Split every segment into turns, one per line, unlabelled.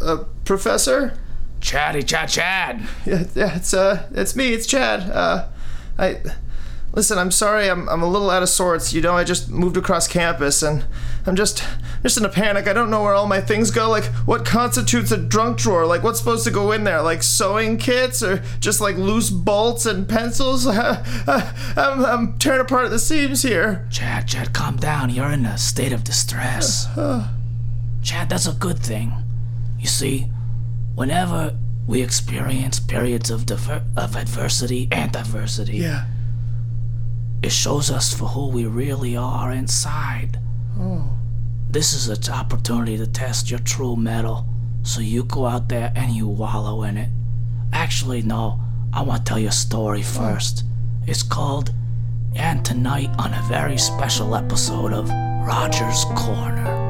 uh, Professor?
Chatty chat chad.
Yeah, yeah, it's uh, it's me. It's Chad. Uh, I listen. I'm sorry. I'm I'm a little out of sorts. You know, I just moved across campus, and I'm just just in a panic. I don't know where all my things go. Like, what constitutes a drunk drawer? Like, what's supposed to go in there? Like sewing kits, or just like loose bolts and pencils? Uh, I'm I'm tearing apart at the seams here.
Chad, Chad, calm down. You're in a state of distress. Chad, that's a good thing. You see, whenever we experience periods of diver- of adversity and diversity,
Yeah.
it shows us for who we really are inside. This is an opportunity to test your true metal. So you go out there and you wallow in it. Actually, no, I want to tell you a story first. It's called And Tonight on a very special episode of Roger's Corner.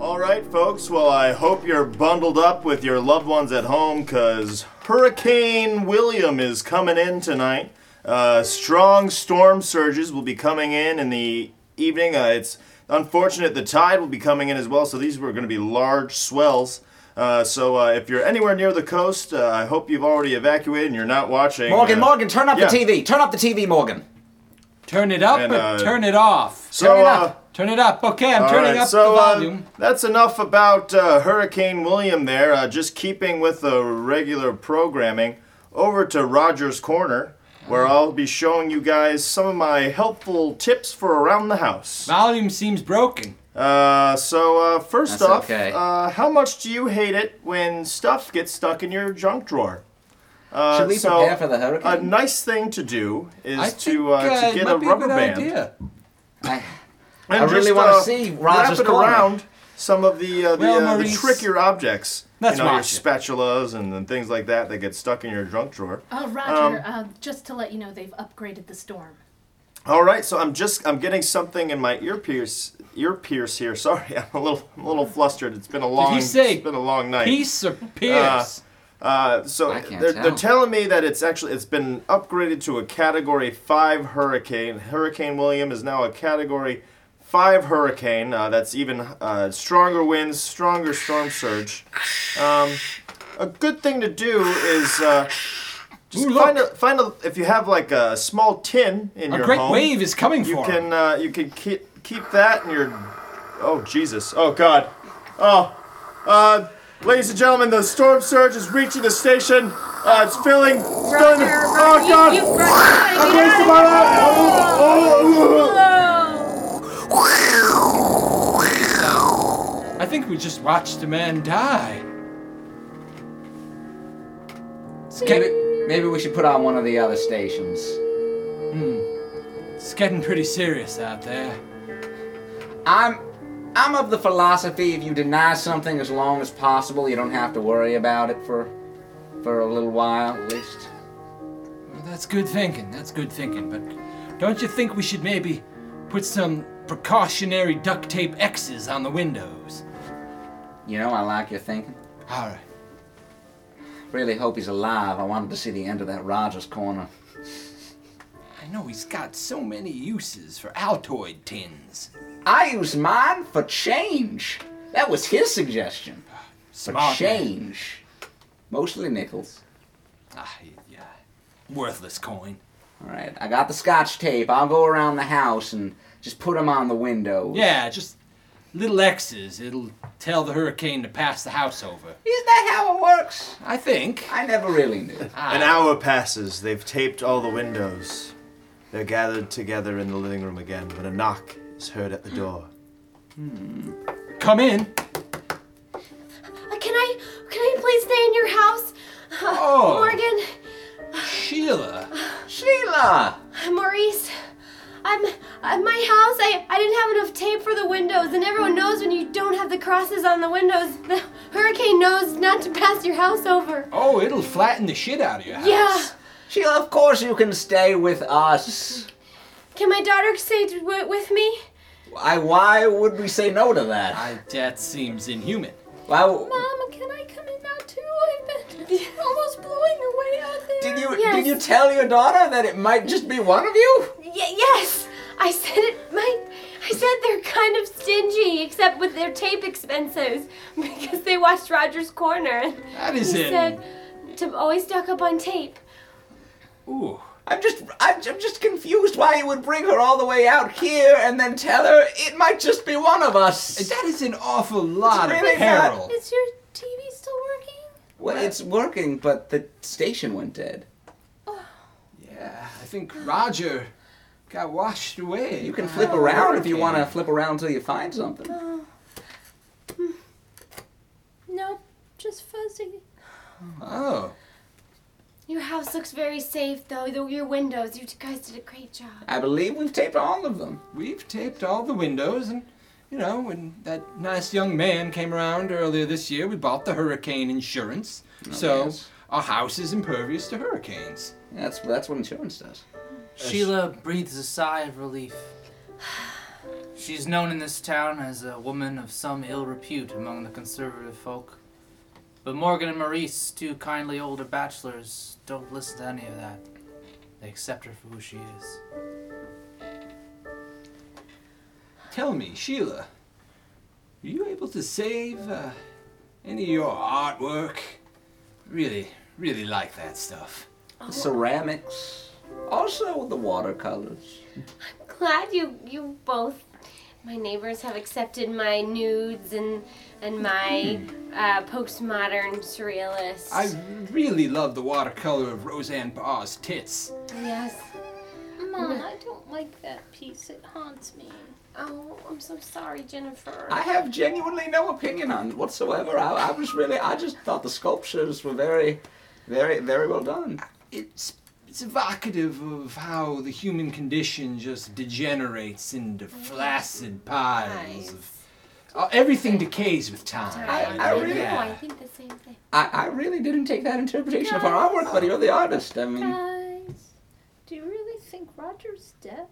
All right, folks. Well, I hope you're bundled up with your loved ones at home because Hurricane William is coming in tonight. Uh, strong storm surges will be coming in in the evening. Uh, it's unfortunate the tide will be coming in as well, so these were going to be large swells. Uh, so uh, if you're anywhere near the coast, uh, I hope you've already evacuated and you're not watching.
Morgan,
uh,
Morgan, turn up
yeah.
the TV. Turn up the TV, Morgan.
Turn it up
And,
or
uh,
turn it off?
So,
Turn it
uh,
up.
turn it up. Okay, I'm
All
turning
right,
up
so,
the
um,
volume.
that's enough about uh, Hurricane William there. Uh, just keeping with the regular programming, over to Roger's Corner, where
Mm.
I'll be showing you guys some of my helpful tips for around the house.
volume seems broken.
Uh, so, uh, first
That's
off,
okay.
uh, how much do you hate it when stuff gets stuck in your junk drawer? Uh,
Should we
so
prepare for the
A
hurricane?
nice thing to do is
Mm. I
to
think,
uh,
uh,
to
it
get
might
a
be
rubber
good
band.
Idea.
And
I really
just,
wanna
uh,
see
wrap
Roger's
it
corner.
around some of the uh, the,
Well,
uh, the
Maurice,
trickier objects.
let's
you know, your
watch it.
spatulas and, and things like that that get stuck in your junk drawer.
Oh, Roger, uh, just to let you know, they've upgraded the storm.
All right, so I'm just I'm getting something in my ear pierce ear pierce here. Sorry, I'm a little I'm a little flustered. It's been a long
say
it's been a long night.
Peace or Pierce?
Uh, so
I can't
they're, they're
tell.
telling me that it's actually it's been upgraded to a Category Five hurricane. Hurricane William is now a Category Five hurricane. Uh, that's even uh, stronger winds, stronger storm surge. Um, a good thing to do is uh, just
Ooh,
find a
look.
find a if you have like a small tin in
a
your
great
home.
wave is coming
You
for him.
can uh, you can keep keep that in your. Oh Jesus! Oh God! Oh, uh, ladies and gentlemen, the storm surge is reaching the station. Uh, it's filling. filling the- oh
you-
God!
you- Roger, you gotta
I'm
get
wasting
out
my life. Oh, oh, oh.
I think we just watched a man die. It's
Maybe,
getting,
maybe we should put on one of the other stations.
it's getting pretty serious out there.
I'm I'm of the philosophy if you deny something as long as possible, you don't have to worry about it for for a little while at least.
Well, that's good thinking. That's good thinking. But don't you think we should maybe put some precautionary duct tape X's on the windows?
You know, I like your thinking.
All right.
Really hope he's alive. I wanted to see the end of that Rogers corner.
I know he's got so many uses for Altoid tins.
I used mine for change. That was his suggestion. For
Smart man.
change. Mostly nickels.
Ah, yeah. Worthless coin.
All right, I got the scotch tape. I'll go around the house and just put them on the windows.
Yeah, just little X's. It'll tell the hurricane to pass the house over.
Isn't that how it works?
I think.
I never really knew.
An hour passes. They've taped all the windows. They're gathered together in the living room again when a knock is heard at the door.
Come in.
Uh, Can I can I please stay in your house? Uh,
Oh.
Morgan,
Sheila.
Sheila!
Maurice, I'm at my house. I, I didn't have enough tape for the windows, and everyone knows when you don't have the crosses on the windows, the hurricane knows not to pass your house over.
Oh, it'll flatten the shit out of your house.
Yeah.
Sheila, of course you can stay with us.
Can my daughter stay t- wi- with me?
I, why would we say no to that?
I, that seems inhuman.
Why,
Mom, can I come in now too? I've been almost blowing away out there.
did you
Yes.
did you tell your daughter that it might just be one of you?
Y- yes, I said it. My, I said they're kind of stingy, except with their tape expenses, because they watched Roger's Corner. And
That is
he
in-
said to always stock up on tape.
Ooh.
I'm just I'm, I'm just confused why you would bring her all the way out here and then tell her it might just be one of us.
That is an awful lot
really
of peril.
not-
Is your TV still working?
Well, it's working, but the station went dead.
Yeah, I think Roger got washed away.
You can flip around if you want to flip around until you find something.
Nope, just fuzzy.
Oh,
Your house looks very safe, though. though Your windows, you guys did a great job.
I believe we've taped all of them.
we've taped all the windows, and you know when that nice young man came around earlier this year, we bought the hurricane insurance, so
Oh, yes.
our house is impervious to hurricanes.
That's that's what insurance does.
Sheila breathes a sigh of relief. She's known in this town as a woman of some ill repute among the conservative folk. But Morgan and Maurice, two kindly older bachelors, don't listen to any of that. They accept her for who she is.
Tell me, Sheila, were you able to save uh, any of your artwork? Really, really like that stuff.
The ceramics, also the watercolors.
Glad you you both. My neighbors have accepted my nudes and and my uh, postmodern surrealist.
I really love the watercolor of Roseanne Barr's tits.
Yes.
Mom, I don't like that piece. It haunts me.
Oh, I'm so sorry, Jennifer.
I have genuinely no opinion on it whatsoever. I, I was really, I just thought the sculptures were very, very, very well done.
it's it's evocative of how the human condition just degenerates into flaccid piles of uh, everything decays with time.
I, I
I,
really,
know, I
yeah.
think the same thing.
I, I really didn't take that interpretation of our artwork, but you're the artist. I mean,
Guys, do you really think Roger's dead?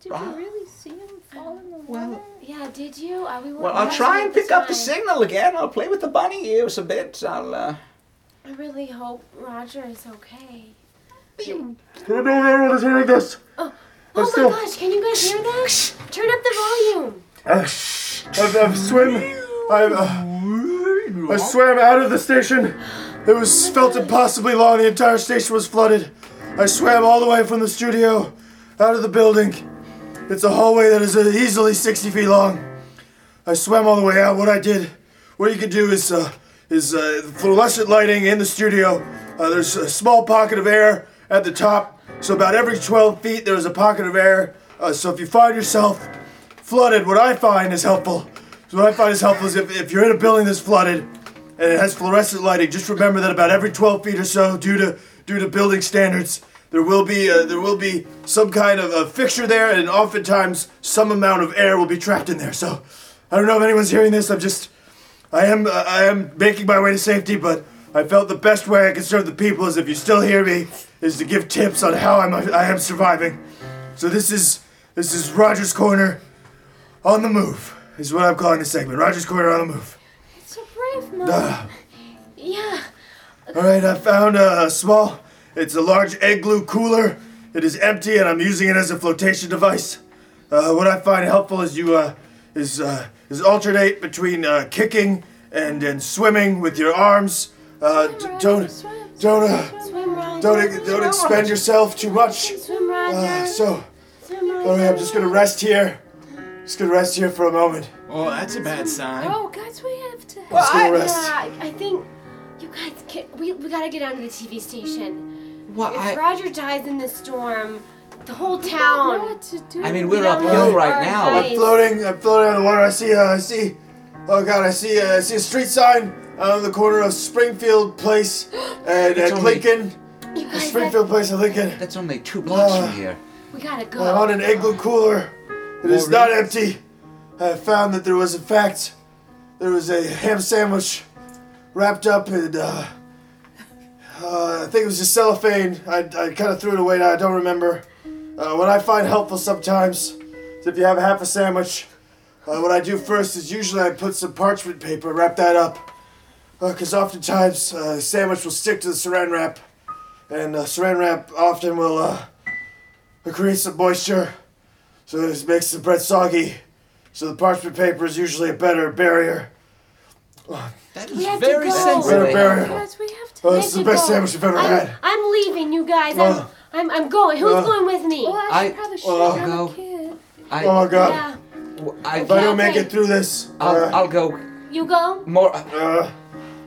Did you
Ro-
really see him fall in the
well,
water?
Yeah, did you? Uh, we were
well, I'll
watching
try
at
and pick up the
time.
signal again. I'll play with the bunny ears a bit. I'll. Uh,
I really hope Roger is okay.
I don't want to hear this.
Oh
still-
my gosh, can you guys hear that? Turn up the volume.
Uh, I've, I've swim. I've, uh, I swam out of the station. It was felt impossibly long. The entire station was flooded. I swam all the way from the studio out of the building. It's a hallway that is uh, easily 60 feet long. I swam all the way out. What I did, what you can do is, uh, is uh, fluorescent lighting in the studio. Uh, there's a small pocket of air at the top. So about every 12 feet, there's a pocket of air. Uh, so if you find yourself flooded, what I find is helpful. So what I find is helpful is if, if you're in a building that's flooded and it has fluorescent lighting, just remember that about every 12 feet or so, due to due to building standards, there will be uh there will be some kind of a fixture there, and oftentimes some amount of air will be trapped in there. So I don't know if anyone's hearing this. I'm just I am uh, I am making my way to safety, but I felt the best way I could serve the people is if you still hear me, is to give tips on how I'm I am surviving. So this is this is Roger's corner. On the move is what I'm calling this segment. Roger's Corner on the move.
It's a brave moment.
Ah.
Yeah.
All right, I found a, a small. It's a large egg glue cooler. It is empty, and I'm using it as a flotation device. Uh, what I find helpful is you uh, is uh, is alternate between uh, kicking and and swimming with your arms. Uh, d- don't don't uh,
Swim, Roger.
don't don't expend yourself too much.
Swim, Roger.
Uh, so,
Swim, Roger.
all right, I'm just gonna rest here. Just gonna rest here for a moment.
Oh, that's a bad sign.
Oh, guys, we have to.
Just gonna rest.
yeah, I- I think you guys can, we we gotta get down to the TV station.
well,
If
I,
Roger dies in the storm, the whole town.
to do.
I mean, we're
don't
uphill
know
right
our
now.
advice.
I'm floating. I'm floating on the water. I see. Uh, I see. Oh God! I see. Uh, I see a street sign on the corner of Springfield Place and, and
only-
Lincoln.
You guys,
Springfield Place and Lincoln.
That's only two blocks
Uh,
from here.
We gotta go.
I want an Egglet cooler. It is not empty. I have found that there was, in fact, there was a ham sandwich wrapped up in, uh, uh, I think it was just cellophane. I, I kind of threw it away. I don't remember. Uh, what I find helpful sometimes is if you have half a sandwich, uh, what I do first is usually I put some parchment paper, wrap that up, because oftentimes uh, the sandwich will stick to the saran wrap, and uh, saran wrap often will uh, create some moisture, so this makes the bread soggy. So the parchment paper is usually a better barrier.
That is
we have
very
to go.
sensitive.
Better barrier.
Guys, we have to.
Oh,
we
this
have
is the
to
best
go.
sandwich I've ever
I'm,
had.
I'm leaving you guys. I'm,
Ugh.
I'm, I'm going. Who's
Ugh.
going with me?
Well, I, should
I-
probably should.
well,
I'm
go.
a kid.
I,
Oh god.
Yeah.
w- I,
If I
Okay,
don't make
okay.
it through this,
will
uh,
I'll go.
You go?
More,
uh,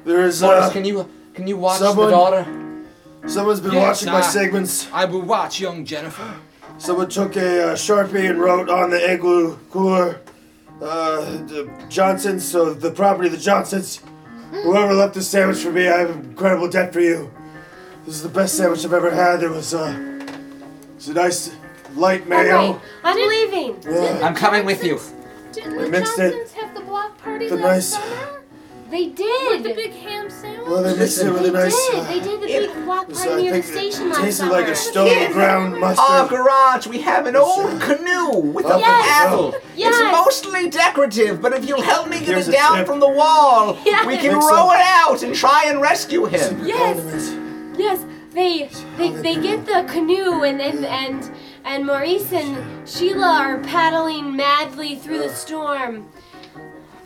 there is
Morris,
uh,
can you can you watch
someone-
the daughter?
someone's been
Yes,
watching my
I-
segments.
I will watch young Jennifer.
Someone took a uh, sharpie and wrote on the igloo cooler, uh, the Johnsons, so the property of the Johnsons. Whoever left this sandwich for me, I have incredible debt for you. This is the best sandwich I've ever had. It was, uh, it's a nice light mayo.
Oh,
Alright, I'm leaving.
Uh,
I'm coming with you.
Didn't
We
the
mixed it.
Johnsons have the block party
The
last
nice-
summer?
They
With
did.
the big ham sandwich?
well, they mixed it with a
they
nice.
did. They
Uh,
did the big walk
was,
party
I
near the
think
station
it
last
tasted
summer. Oh,
like a stone ground
Our
mustard.
garage, we have an old canoe with a
Yes.
paddle.
Yes.
It's mostly decorative, but if you'll help me get
Here's a
it down
tip.
from the wall,
Yes.
we can
Mix
row
up.
it out and try and rescue him.
Yes. Yes, they they, they get the canoe and and and and Maurice and Sheila are paddling madly through the storm.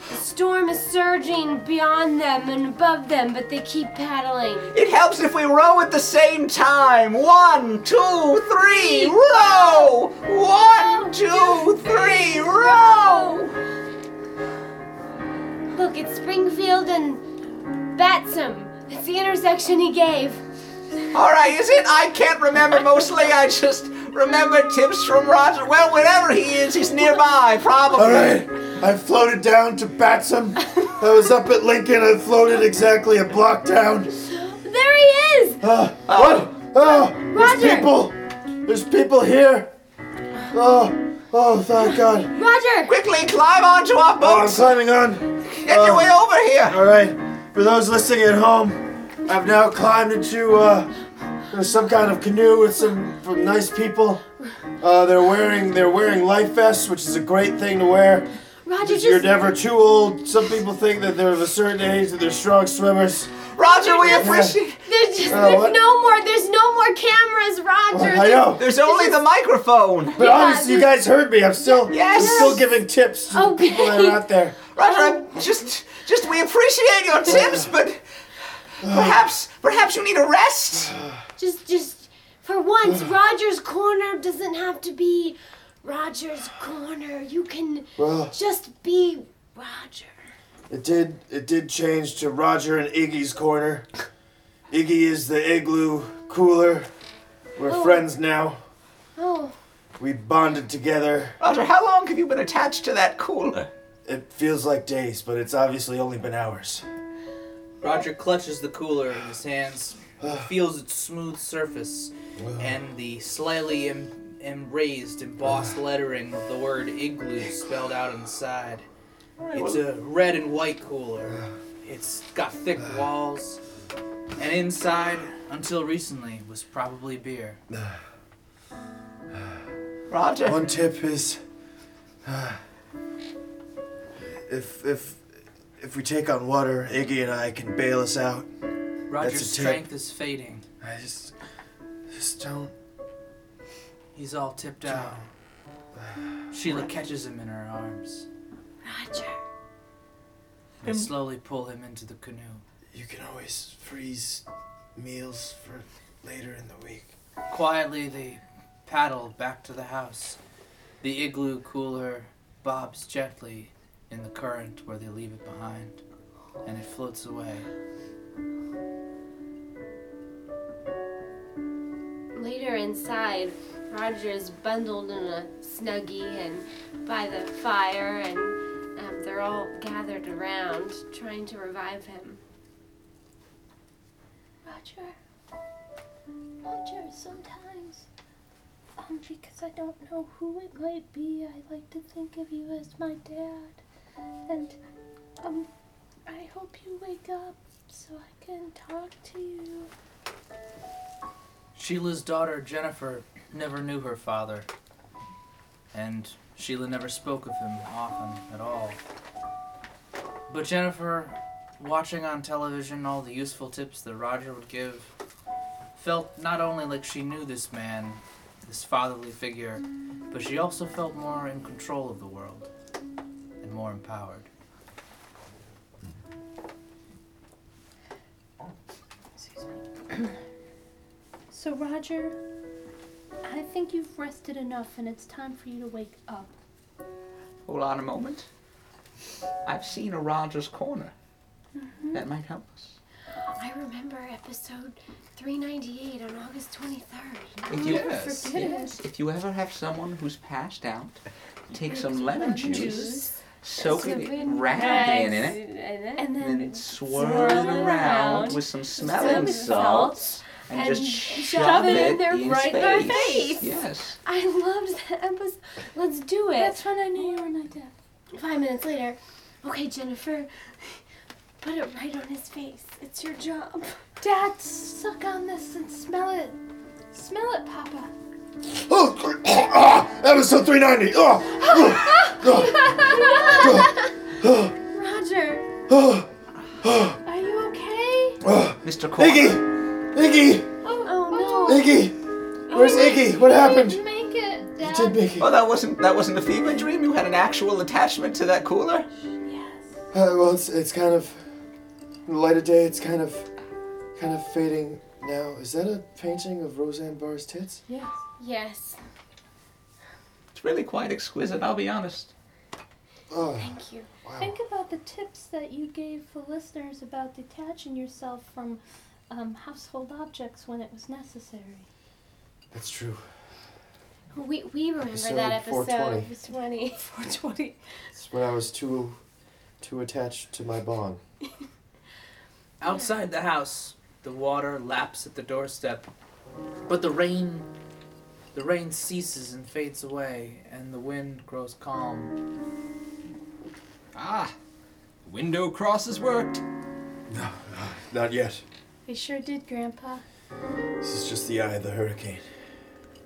The storm is surging beyond them and above them, but they keep paddling.
It helps if we row at the same time. One, two, three, row! One, two, three, row!
Look, it's Springfield and Batsum. It's the intersection he gave.
All right, is it? I can't remember mostly. I just remember tips from Roger. Well, wherever he is, he's nearby, probably.
All right, I floated down to Batsum. I was up at Lincoln. I floated exactly a block down.
There he is!
Uh, what? Oh,
Roger.
there's people. There's people here. Oh, oh, thank God.
Roger!
Quickly climb onto our
Oh, I'm
boats.
climbing on.
Get your way over here.
All right. For those listening at home, I've now climbed into uh, uh, some kind of canoe with some, some nice people. Uh, they're wearing they're wearing life vests, which is a great thing to wear.
Roger just
You're never too old. Some people think that they're of a certain age that they're strong swimmers.
Roger, we appreciate.
there's just
Oh,
there's
what? Oh,
no more there's no more cameras, Roger!
I know.
There's only the microphone.
But obviously, you guys heard me. I'm still,
Yes.
I'm still giving tips to
Oh,
the people that
Okay.
are out there.
Roger, I'm just, just we appreciate your tips, but perhaps, perhaps you need a rest.
Just, just for once, Roger's corner doesn't have to be Roger's corner. You can
Well,
just be Roger.
it did, it did change to Roger and Iggy's corner. Iggy is the igloo cooler. We're
Oh.
friends now.
Oh,
We bonded together.
Roger, how long have you been attached to that cooler?
It feels like days, but it's obviously only been hours.
Roger clutches the cooler in his hands, feels its smooth surface, and the slightly em- embraced, embossed lettering with the word igloo spelled out on the side. It's a red and white cooler. It's got thick walls, and inside, until recently, was probably beer.
Roger,
One tip is, uh, if if if we take on water, Iggy and I can bail us out.
Roger's
a tip.
strength is fading.
I just, just don't.
He's all tipped out. Sheila catches him in her arms
Roger.
and slowly pull him into the canoe.
You can always freeze meals for later in the week.
Quietly, they paddle back to the house. The igloo cooler bobs gently in the current where they leave it behind, and it floats away.
Later inside, Roger is bundled in a snuggie and by the fire, and um, they're all gathered around trying to revive him.
Roger. Roger, sometimes Um, because I don't know who it might be, I like to think of you as my dad. And, um, I hope you wake up so I can talk to you.
Sheila's daughter, Jennifer, never knew her father, and Sheila never spoke of him often at all. But Jennifer, watching on television all the useful tips that Roger would give, felt not only like she knew this man, this fatherly figure, but she also felt more in control of the world and more empowered.
So, Roger, I think you've rested enough and it's time for you to wake up.
Hold on a moment. I've seen a Rogers corner. That might help us.
I remember episode 398 on August 23rd.
If you,
Yes.
Oh, yes, if you ever have someone who's passed out, take some lemon juice, soak it, in, wrap it in it,
And
and then
then
it swirl
Swirl
it
it
around
around,
with some
some
smelling salts, and just shove
shove
it
it
in
in there right in my face.
Yes.
I loved that episode. Let's do it.
That's when I knew you were my dad.
Five minutes later, okay, Jennifer, put it right on his face. It's your job.
Dad, suck on this and smell it. Smell it, Papa.
Episode 390. Oh,
Roger,
oh,
Are you okay?
Mr. Corner.
Iggy! Iggy!
Oh, no.
Iggy!
Oh
Where's Iggy? What happened?
Didn't make it, Dad.
Did Iggy?
Oh, that wasn't that wasn't a fever dream. You had an actual attachment to that cooler.
Yes.
Uh, well, it's, it's kind of. In the light of day, it's kind of. kind of fading now. Is that a painting of Roseanne Barr's tits?
Yes.
yes,
It's really quite exquisite. I'll be honest.
Oh,
thank you.
wow.
Think about the tips that you gave the listeners about detaching yourself from um, household objects when it was necessary.
That's true.
We, we remember
Episode
that episode.
420.
It was 20. 420.
It's when I was too. too attached to my bong.
Outside the house, the water laps at the doorstep, but the rain the rain ceases and fades away and the wind grows calm.
Ah, window cross has worked.
Not yet.
We sure did, Grandpa.
This is just the eye of the hurricane.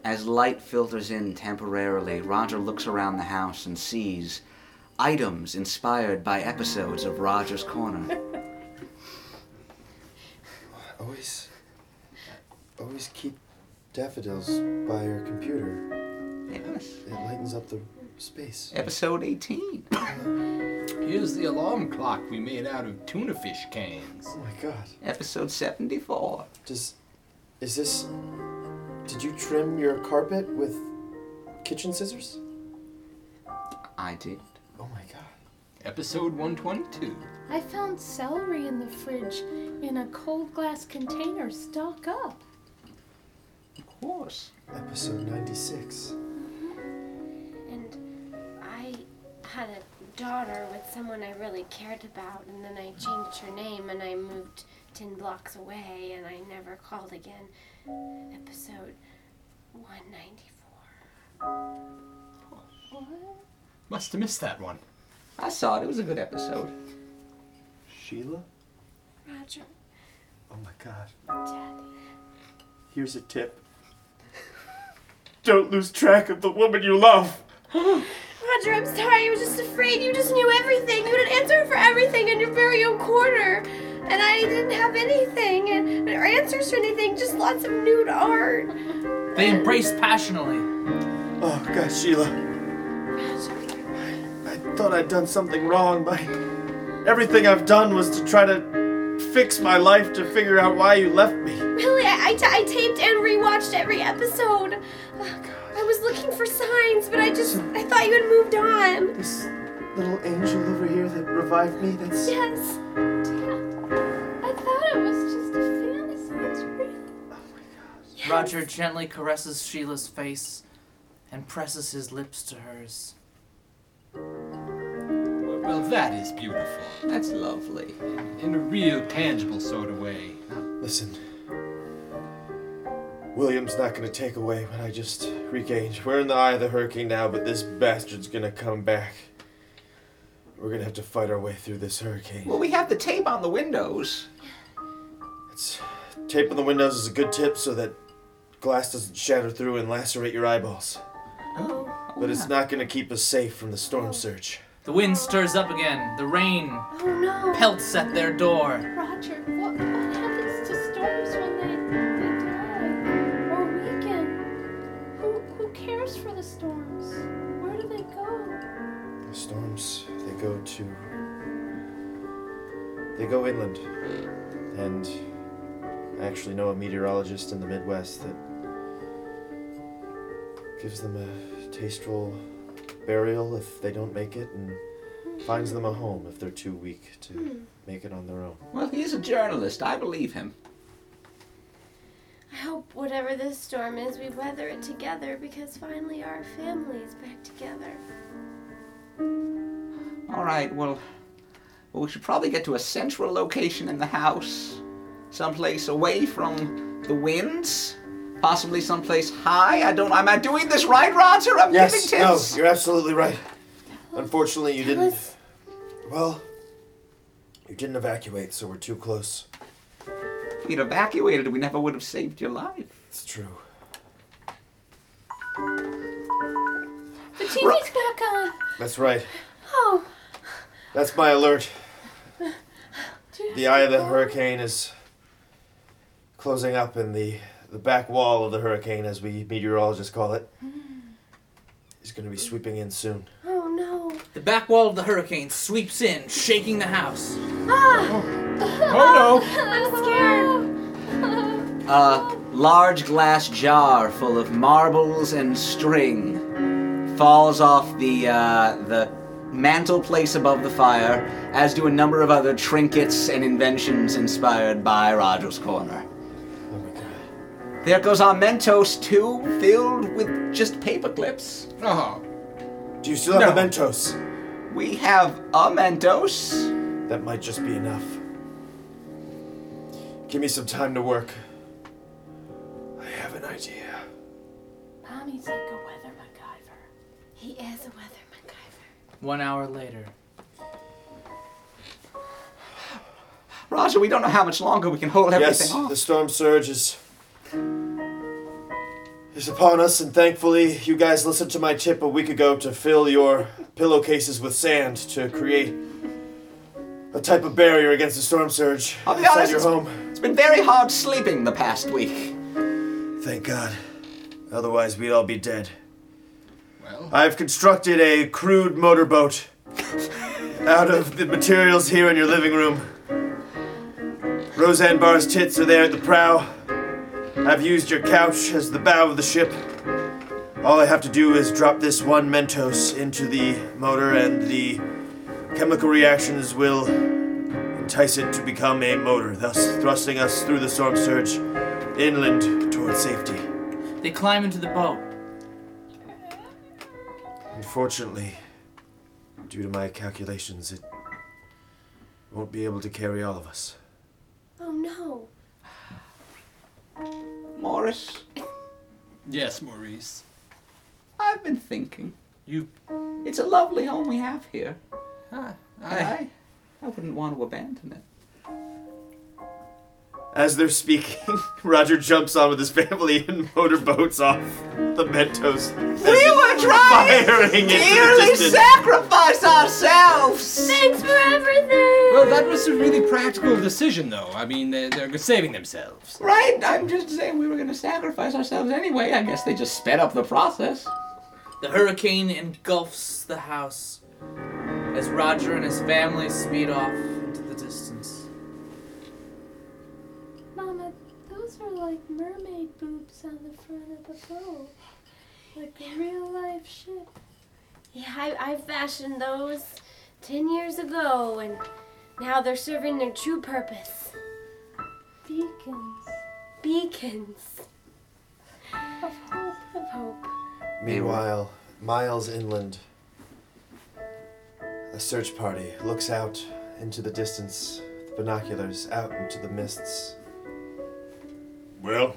As light filters in temporarily, Roger looks around the house and sees items inspired by episodes of Roger's Corner.
Always. always keep daffodils by your computer.
yes.
It lightens up the space.
Episode 18.
Here's the alarm clock we made out of tuna fish cans.
Oh my god.
Episode 74.
Does. Is this. Did you trim your carpet with kitchen scissors?
I did.
Oh my god.
Episode 122.
I found celery in the fridge in a cold glass container, stock up.
Of course.
Episode 96.
And I had a daughter with someone I really cared about, and then I changed her name and I moved 10 blocks away and I never called again. Episode 194.
Must have missed that one.
I saw it. It was a good episode.
Sheila?
Roger,
Oh my god.
Daddy.
Here's a tip Don't lose track of the woman you love.
Roger, I'm sorry. I was just afraid. You just knew everything. You had an answer for everything in your very own corner. And I didn't have anything, and, or answers to anything, just lots of nude art.
They embrace passionately.
Oh god, Sheila. I thought I'd done something wrong, but everything I've done was to try to fix my life to figure out why you left me.
Really, I, I, ta- I taped and rewatched every episode. Ugh, I was looking for signs, but I just, I thought you had moved on.
This little angel over here that revived me, that's.
Yes.
I thought it was just a fantasy. It's real.
Roger gently caresses Sheila's face and presses his lips to hers.
Well, that is beautiful.
That's lovely.
In a real tangible sort of way.
Listen.
William's not gonna take away when I just regained. We're in the eye of the hurricane now, but this bastard's gonna come back. We're gonna have to fight our way through this hurricane.
Well, we have the tape on the windows.
It's, tape on the windows is a good tip so that glass doesn't shatter through and lacerate your eyeballs. But it's not gonna keep us safe from the storm surge.
The wind stirs up again. The rain
Oh no,
pelts at their door.
Roger, what, what happens to storms when they, they die or weaken? Who, who cares for the storms? Where do they go?
The storms, they go to. They go inland. And I actually know a meteorologist in the Midwest that gives them a tasteful burial if they don't make it and finds them a home if they're too weak to make it on their own.
Well, he is a journalist. I believe him.
I hope whatever this storm is, we weather it together because finally our family is back together.
All right, well, well, we should probably get to a central location in the house, someplace away from the winds, possibly someplace high. I don't. Am I doing this right, Roger? I'm
Yes,
giving
no,
tips.
you're absolutely right. Unfortunately, you didn't.
us.
Well, you didn't evacuate, so we're too close.
If We'd evacuated. We never would have saved your life.
It's true.
The TV's back on.
That's right.
Oh,
That's my alert. The eye of the hurricane is closing up in the the back wall of the hurricane, as we meteorologists call it. Is going to be sweeping in soon.
Oh no.
The back wall of the hurricane sweeps in, shaking the house.
Oh no!
I'm scared.
A large glass jar full of marbles and string falls off the uh, the mantelpiece above the fire, as do a number of other trinkets and inventions inspired by Roger's Corner.
Oh my god!
There goes our Mentos tube filled with just paper clips.
Oh,
Do you still have the
No.
Mentos?
We have a Mentos.
That might just be enough. Give me some time to work. I have an idea.
mommy's like "Oh, a weather MacGyver.
He is a weather MacGyver.
One hour later.
Roger, we don't know how much longer we can hold everything
Yes,
off.
the storm surge is is upon us, and thankfully, you guys listened to my tip a week ago to fill your pillowcases with sand to create a type of barrier against the storm surge
I'll be
inside
honest,
your
it's-
home.
It's been very hard sleeping the past week.
Thank God. Otherwise, we'd all be dead.
Well.
I've constructed a crude motorboat out of the materials here in your living room. Roseanne Barr's tits are there at the prow. I've used your couch as the bow of the ship. All I have to do is drop this one Mentos into the motor, and the chemical reactions will entice it to become a motor, thus thrusting us through the storm surge inland towards safety.
They climb into the boat.
Unfortunately, due to my calculations, it won't be able to carry all of us.
Oh no.
Morris,
yes, Maurice.
I've been thinking.
You.
It's a lovely home we have here.
Huh,
and
I,
I, I wouldn't want to abandon it.
As they're speaking, Roger jumps on with his family and motorboats off the Mentos.
We were trying to
Firing into the
dearly
distance.
sacrifice ourselves.
Thanks for everything!
well, that was a really practical decision, though. I mean, they, they're saving themselves.
Right? I'm just saying we were going to sacrifice ourselves anyway. I guess they just sped up the process.
The hurricane engulfs the house as Roger and his family speed off into the distance.
Mama, those are like mermaid boobs on the front of the boat. Like a real life ship.
Yeah, I, I fashioned those 10 years ago, and now they're serving their true purpose
Beacons
beacons
of hope.
of hope.
Meanwhile, miles inland, a search party looks out into the distance, the binoculars out into the mists.
Well,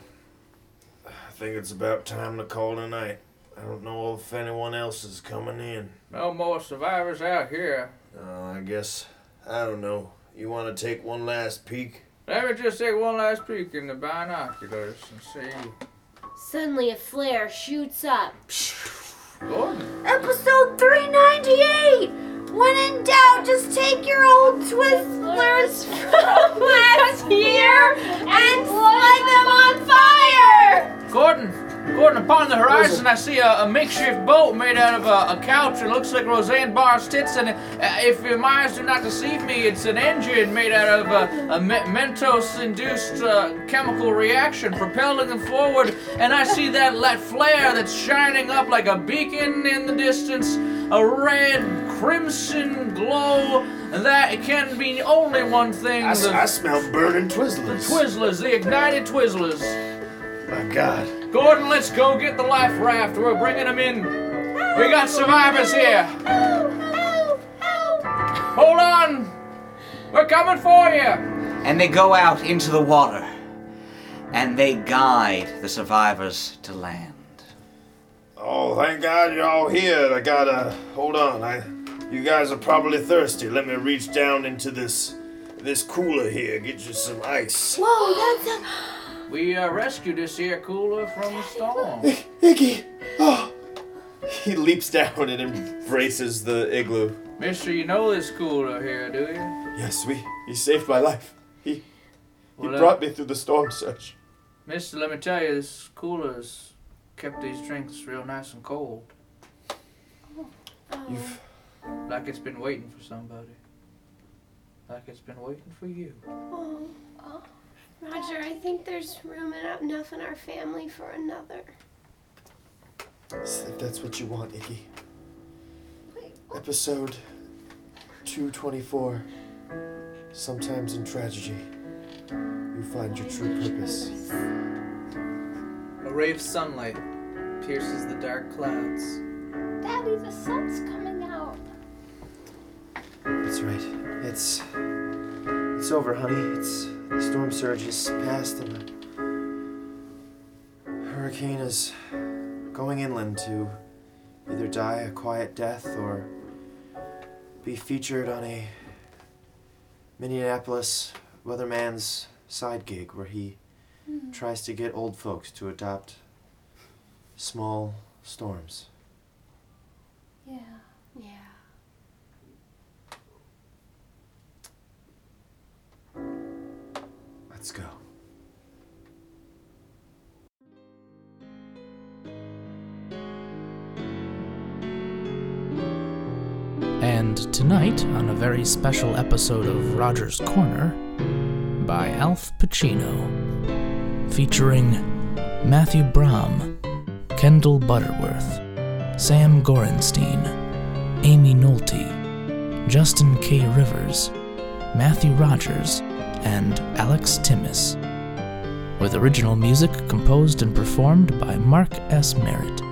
think it's about time to call tonight. I don't know if anyone else is coming in.
No more survivors out here.
Uh, I guess, I don't know. You want to take one last peek?
Let me just take one last peek in the binoculars and see.
Suddenly, a flare shoots up.
Gordon,
Episode 398! When in doubt, just take your old Twizzlers from last year and light them on fire!
Gordon, Gordon, upon the horizon, I see a, a makeshift boat made out of a, a couch. It looks like Roseanne Barr's tits, and uh, if your minds do not deceive me, it's an engine made out of a, a me- Mentos-induced uh, chemical reaction, propelling them forward. And I see that that flare that's shining up like a beacon in the distance, a red crimson glow that can be only one thing:
I, s-
the
I smell burning Twizzlers.
Twizzlers, the ignited Twizzlers.
My God.
Gordon, let's go get the life raft. We're bringing them in. We got survivors here. Hold on. We're coming for you.
And they go out into the water. And they guide the survivors to land.
Oh, thank God you're all here. I gotta hold on. I, you guys are probably thirsty. Let me reach down into this, this cooler here. Get you some ice.
Whoa, that's a.
We uh, rescued this here cooler from the storm.
Iggy. Oh. He leaps down and embraces the igloo.
Mister, you know this cooler here, do you?
Yes, we. He saved my life. He, he
Well, uh,
brought me through the storm surge.
Mister, let me tell you, this cooler's kept these drinks real nice and cold.
You've-
Like it's been waiting for somebody. Like it's been waiting for you.
Oh, oh. Roger, I think there's room en- enough in our family for another.
If that's what you want, Iggy. Episode 224. Sometimes in tragedy, you find your true purpose.
A ray of sunlight pierces the dark clouds.
Daddy, the sun's coming out.
That's right. It's it's over, honey. It's the storm surge is past and the hurricane is going inland to either die a quiet death or be featured on a Minneapolis weatherman's side gig where he tries to get old folks to adopt small storms.
Yeah. Yeah.
Let's go.
And tonight, on a very special episode of Roger's Corner by Alf Pacino, featuring Matthew Brahm, Kendall Butterworth, Sam Gorenstein, Amy Nolte, Justin K. Rivers, Matthew Rogers, and Alex Timmis, with original music composed and performed by Mark S. Merritt.